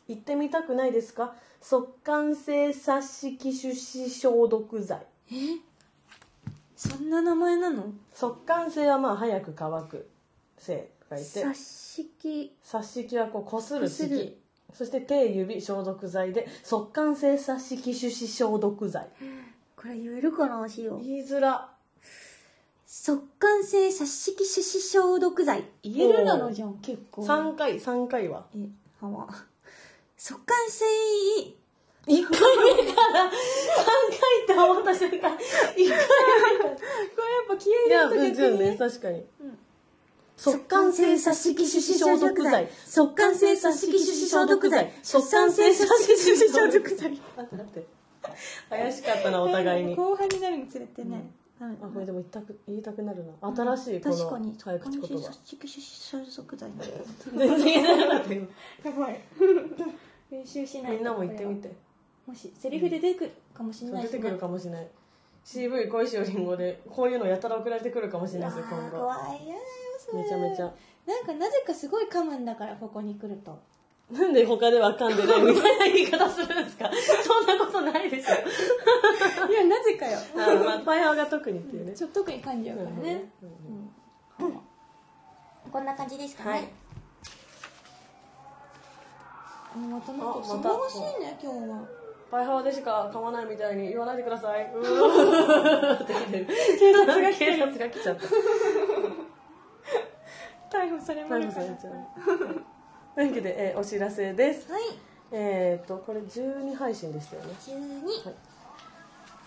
言ってみたくないですか速乾性殺死手指消毒剤そんな名前なの速乾性はまあ早く乾く性がいて察しき殺死気はこうこする擦る式そして手指消毒剤で速乾性殺死手指消毒剤これ言えるかなしよう言いづら速乾性殺死気手指消毒剤言えるなのじゃん結構3回3 回はえはわ速乾性1回目から3回って思った瞬間1回目これやっぱ気合からいやうんね確かに、速乾性殺死気手指消毒剤速乾性殺死気手指消毒剤速乾性殺死気手指消毒剤あ待って怪しかったなお互いに後半になるにつれてね、うんあこれでも言いたく言いたくなるな新しいこの確かに早速口乾性言葉殺死気手指消毒剤全然言えなかったよやばい 練習しないみとんなも言ってみてもしセリフで出てくるかもしれそうない出しねてくるかもしれない CV 恋しおりんごでこういうのやたら送られてくるかもしれないですよあ今ー後怖いやだよそれめちゃめちゃなんかなぜかすごい噛むんだからここに来る となんで他では噛んでないみたいな言い方するん ですかそんなことないですよいやなぜかよあーまあパイハワが特にっていうね。ちょっと特に噛んじゃうからね、うんうんこんな感じですかね、はいあまたなんかあ素ま晴たらしいね今日はパイハワでしか噛まないみたいに言わないでください。うーって来てる 警察が警察が来ちゃった。 逮捕され逮捕されちゃう。と いうわけで、えーお知らせです。はいえっ、とこれ12配信でしたよね。 12、はい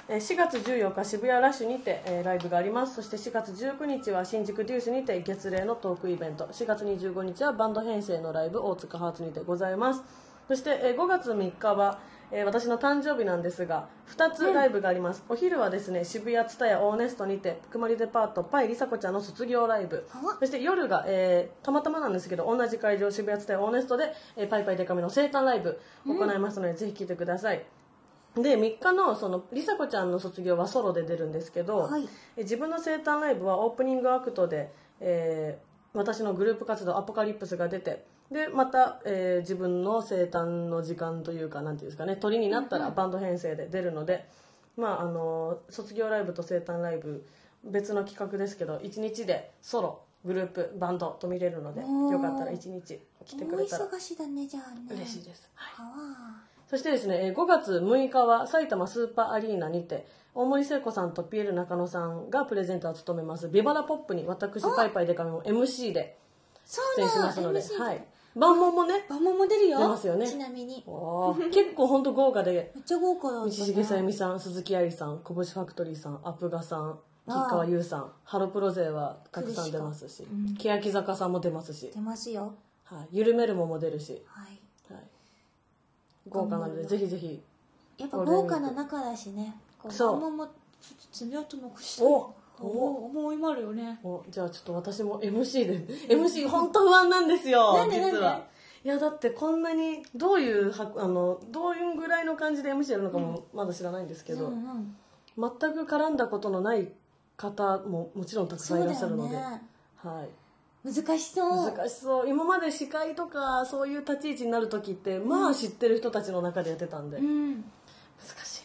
えー4月14日渋谷ラッシュにて、えーライブがありますそして4月19日は新宿デュースにて月例のトークイベント4月25日はバンド編成のライブ大塚ハーツにてございますそして、えー5月3日は、えー私の誕生日なんですが2つライブがあります、お昼はですね渋谷ツタヤオーネストにてくまりデパートパイりさこちゃんの卒業ライブあそして夜が、えーたまたまなんですけど同じ会場渋谷ツタヤオーネストで、えーパイパイデカミの生誕ライブ行いますので、ぜひ来てくださいで3日のそのりさこちゃんの卒業はソロで出るんですけど、はいえ自分の生誕ライブはオープニングアクトで、えー私のグループ活動「アポカリプス」が出てでまた、えー自分の生誕の時間というかなんていうんですかね鳥になったらバンド編成で出るので、まああのー卒業ライブと生誕ライブ別の企画ですけど1日でソログループバンドと見れるのでおーよかったら1日来てくれたら大忙しだねじゃあね嬉しいです。はいあわそしてですね、えー5月6日は埼玉スーパーアリーナにて、大森聖子さんとピエール中野さんがプレゼンターを務めます、ビバラポップに私、パイパイデカミも MC でそう出演しだますので、 MC はい。万問もね、バモも出るよ出ますよねちなみに おー結構ほんと豪華で、めっちゃ豪華だった道ね重さゆみさん、鈴木愛理さん、こぼしファクトリーさん、アップガさん、吉川優さん、ハロプロ勢はたくさん出ますし、欅坂さんも出ますし出、ますよはい、ゆるめるもも出るし、はいはい、豪華なので、ぜひぜひ、やっぱ豪華な中だしねこそうバモもちょっと爪痕残しておお思いもあるよねおじゃあちょっと私も MC で MC 本当不安なんですよなんでなんで実はいやだってこんなにどういうはあのどういうぐらいの感じで MC やるのかもまだ知らないんですけど、うんうん全く絡んだことのない方ももちろんたくさそんいうらだっしゃよるので、ねはい、難しそう難しそう今まで司会とかそういう立ち位置になる時ってまあ知ってる人たちの中でやってたんで、う難んし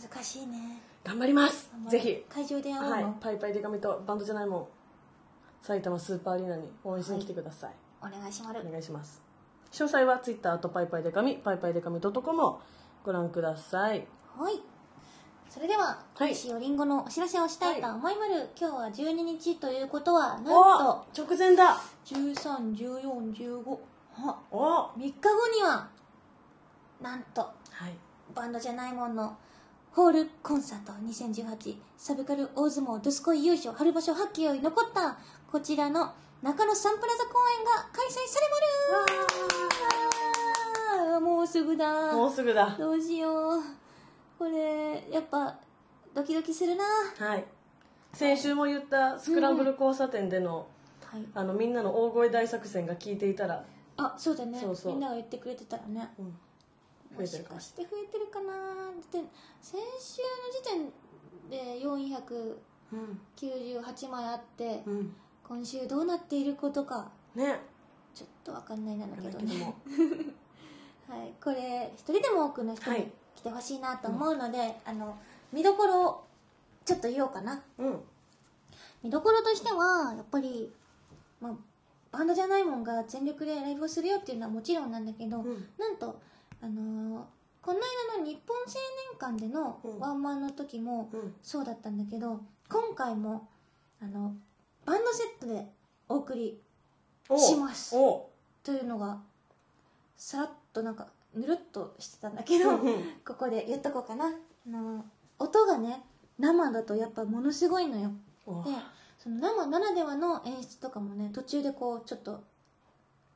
いな難しいね頑張りますあんまぜりひ会場で会おうの、はい、パイパイデカミとバンドじゃないもん埼玉スーパーアリーナに応援しに来てくださいお願いしまるお願いします詳細はツイッターとパイパイデカミパイパイデカミ .com をご覧くださいはいそれでは、はい石尾りんごのお知らせをしたいと思いまる、今日は12日ということはなんおと直前だ131415あおは3日後にはなんといバンドじゃないもんのホールコンサート2018サブカル大相撲どすこい優勝春場所発揮を残ったこちらの中野サンプラザ公演が開催されまるあーもうすぐだもうすぐだどうしようこれやっぱドキドキするなはい先週も言ったスクランブル交差点での、はいあのみんなの大声大作戦が効いていたら、あそうだねそうそうみんなが言ってくれてたらねうん、増もえてしるかかもして増えてるかなで先週の時点うで498枚あってん、うん、今週どうなっていることかねちょっとわかんないなんだけだどけどねもはいこれ一人でも多くの人はいに来てほしいなと思うので、あの見どころをちょっと言おうかなうん見どころとしてはやっぱり、まあ、バンドじゃないもんが全力でライブをするよっていうのはもちろんなんだけど、うんなんと、あのーこの間の日本青年館でのうんワンマンの時もうんそうだったんだけど今回もあのバンドセットでお送りおしますおというのがさらっとなんかぬるっとしてたんだけうどんうんここで言っとこうかな、あのー音がね生だとやっぱものすごいのよおでその生ならではの演出とかもね途中でこうちょっと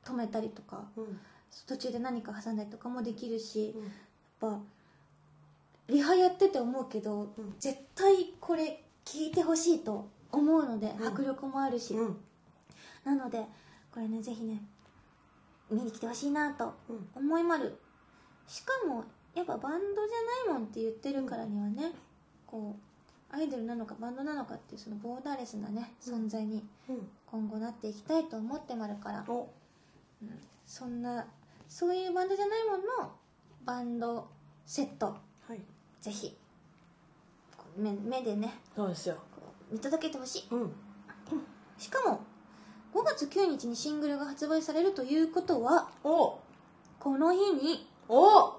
止めたりとかうん途中で何か挟んだりとかもできるしうんやっぱリハやってて思うけど、うん絶対これ聞いてほしいと思うのでうん迫力もあるし、うんなのでこれねぜひね見に来てほしいなとうん思いまるしかもやっぱバンドじゃないもんって言ってるからにはね、こうアイドルなのかバンドなのかっていうそのボーダーレスなね存在にうん今後なっていきたいと思ってまるからおそんなそういうバンドじゃないもののバンドセットはいぜひこう目目でねどうですよこう見届けてほしいうんしかも5月9日にシングルが発売されるということはおこの日にお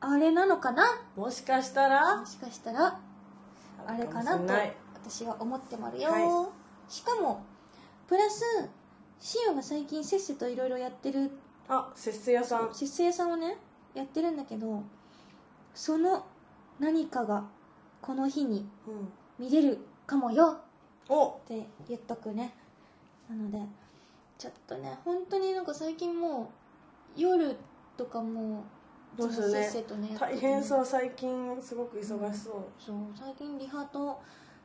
あれなのかなもしかしたらもしかしたらあれかなもしとれい私は思ってまるよ、はしかもプラスシオが最近せっせといろいろやってるあ節制屋さん節制屋さんをねやってるんだけどその何かがこの日にうん、見れるかもよおって言っとくねなのでちょっとね本当になんか最近もう夜とかもどうするせっねせとねやってて大ね変そう最近すごく忙しそそう最近リハと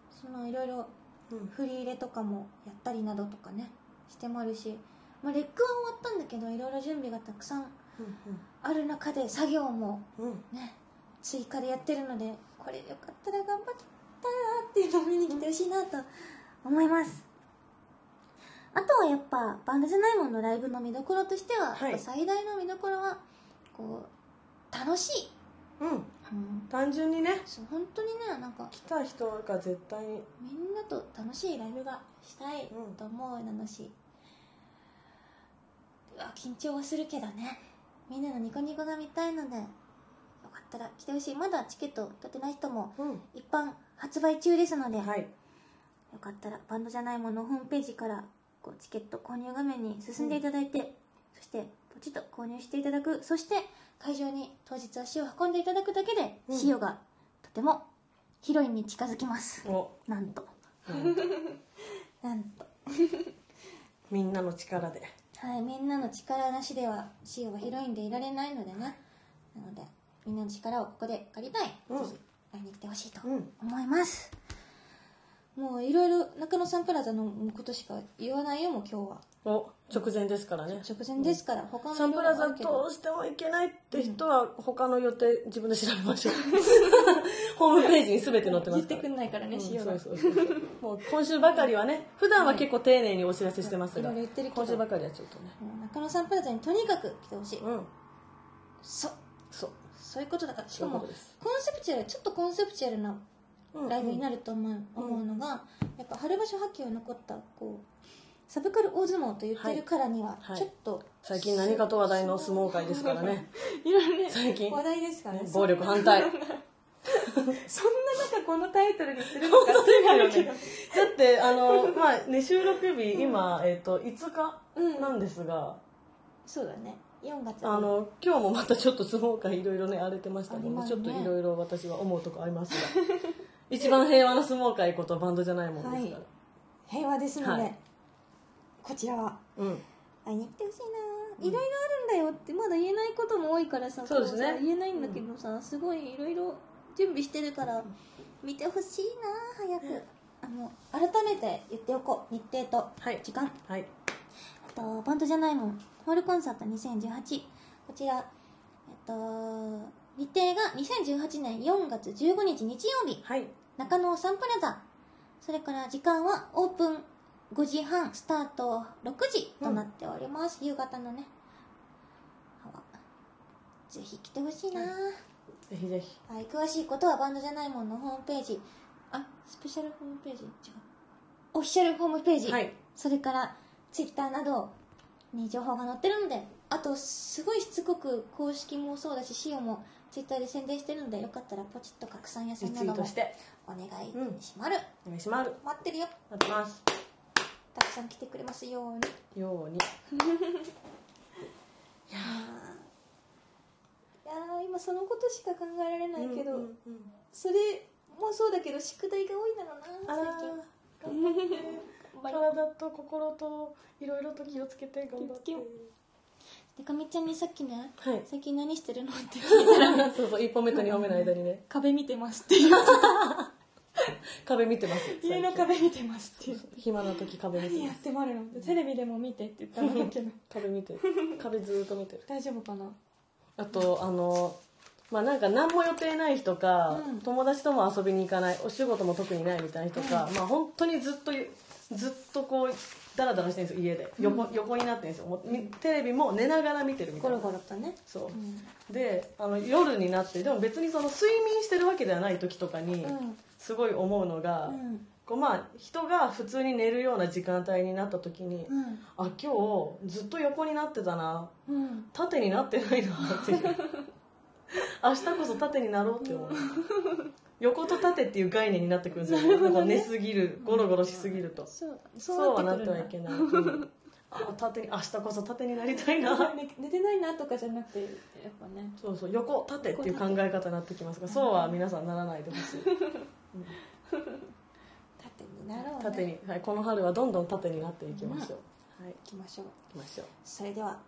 そのいろいろう、うん、振り入れとかもやったりなどとかねしてもあるし、まあ、レックは終わったんだけどいろいろ準備がたくさんある中で作業もうんうんね追加でやってるのでこれよかったら頑張ったっていうのを見に来てほしいなと思いますあとはやっぱバンドじゃないもんのライブの見どころとしては、はいやっぱ最大の見どころはこう楽しい、うん、うん、単純にねそう本当にねなんか来た人が絶対にみんなと楽しいライブがしたいと思うなのし、うわ緊張はするけどねみんなのニコニコが見たいのでよかったら来てほしいまだチケット取ってない人もう一般発売中ですので、んはいよかったらバンドじゃないものホームページからこうチケット購入画面に進んでいただいて、そしてポチッと購入していただくそして会場に当日足を運んでいただくだけでうん仕様がとてもヒロインに近づきます、おなんとなんとみんなの力ではいみんなの力なしではシオはヒロインでいられないのでねなのでみんなの力をここで借りたい、うんぜひ会いに来てほしいとうん思います、もういろいろ中野サンプラザのことしか言わないよもう今日はお直前ですからね直前ですから他のサンプラザどとうしても行けないって人は他の予定自分で調べま しょうホームページに全て載ってま言っすかてらくんないからね、うんしようそがうそうそうそうもう今週ばかりはね普段は結構丁寧にお知らせしてますが、はいいろいろ言ってるけど今週ばかりはちょっとねもう中野サンプラザにとにかく来てほしい、うんそうそうそういうことだからしかそういうもこコンとですセプチュアルちょっとコンセプチュアルなライブになると思う,、思うのがやっぱ春場所波及を残ったこうサブカル大相撲と言ってるからにははいちょっと、最近何かと話題の相撲界ですからねいろいろね最近話題ですからね。暴力反対 そんな中このタイトルにするの かってなるけどだってあのまあね収録日今、えっと5日なんですが、そうだね4月あの今日もまたちょっと相撲界いろいろね荒れてましたあのりで、ますちょねっといろいろ私は思うとこありますが一番平和な相撲界ことバンドじゃないもんですから、はい平和ですので、はいこちらはうん会いに来てほしいな、いろいろあるんだよってまだ言えないことも多いからさそうですねこさ言えないんだけどさ、すごいいろいろ準備してるから見てほしいな早く、あの改めて言っておこう日程とはい時間はいあとバンドじゃないもんホールコンサート2018こちらえっと日程が2018年4月15日日曜日はい中野サンプラザそれから時間はオープン5時半スタート6時となっております、夕方のねはぜひ来てほしいな、ぜひぜひはい、詳しいことはバンドじゃないもんのホームページあスペシャルホームページ違うオフィシャルホームページ、はいそれからツイッターなどに情報が載ってるのであとすごいしつこく公式もそうだしシオもツイッターで宣伝してるのでよかったらポチッと拡散や宣リ伝ツなどイーもトしてお願いしまる、お願いします待ってるよ待ってますたくさん来てくれますようにようにいやー今そのことしか考えられないけど、うんうんうんそれもそうだけど宿題が多いだろうあな最近ー頑張って張れ体と心といろいろと気をつけて頑張って気をつでかみちゃんにさっきねはい最近何してるの って聞いたら そうそう1本目と2本目の間にね壁見てますっていう壁見てます家の壁見てますっていう暇な時壁見何てやまっすてもあるのテレビでも見てって言ったんだけど壁見てる壁ずーっと見てる大丈夫かなあとあのまあなんか何も予定ない人か、うん友達とも遊びに行かないお仕事も特にないみたいな人か、まあ本当にずっとずっとこうダラダラしてるんですよ家で横,、横になってるんですよもうみテレビも寝ながら見てるみたゴいなロゴロとねそう、であの夜になってでも別にその睡眠してるわけではない時とかにうんすごい思うのが、うんこうまあ人が普通に寝るような時間帯になった時に、うんあ今日ずっと横になってたなうん縦になってないなっていう 明日こそ縦になろうって思う横と縦っていう概念になってくるんですよ、なんか寝すぎるゴロゴロしすぎると、そうそうはななっっててくるはんいだけない、うんあ縦に明日こそ縦になりたいな寝 寝てないなとかじゃなくてやっぱねそうそう横縦っていう考え方になってきますがそうは皆さんならないで ほしい縦になろうね縦にに、はい、この春はどんどん縦になっていきましょう、はいいきましょう行きましょうそれでは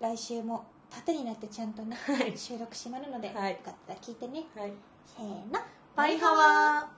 来週も縦になってちゃんとね、収録しまるので、はいよかったら聞いてねはいせーのバイハワー